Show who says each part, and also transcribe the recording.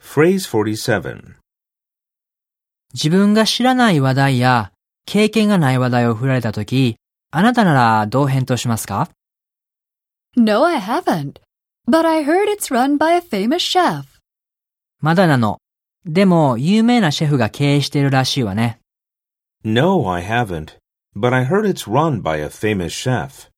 Speaker 1: Phrase 47.
Speaker 2: 自分が知らない話題や経験がない話題を振られたとき、あなたならどう返答しますか
Speaker 3: No, I haven't. But I heard it's run by a famous chef.
Speaker 2: まだなの。でも、有名なシェフが経営しているらしいわね。
Speaker 1: No, I haven't. But I heard it's run by a famous chef.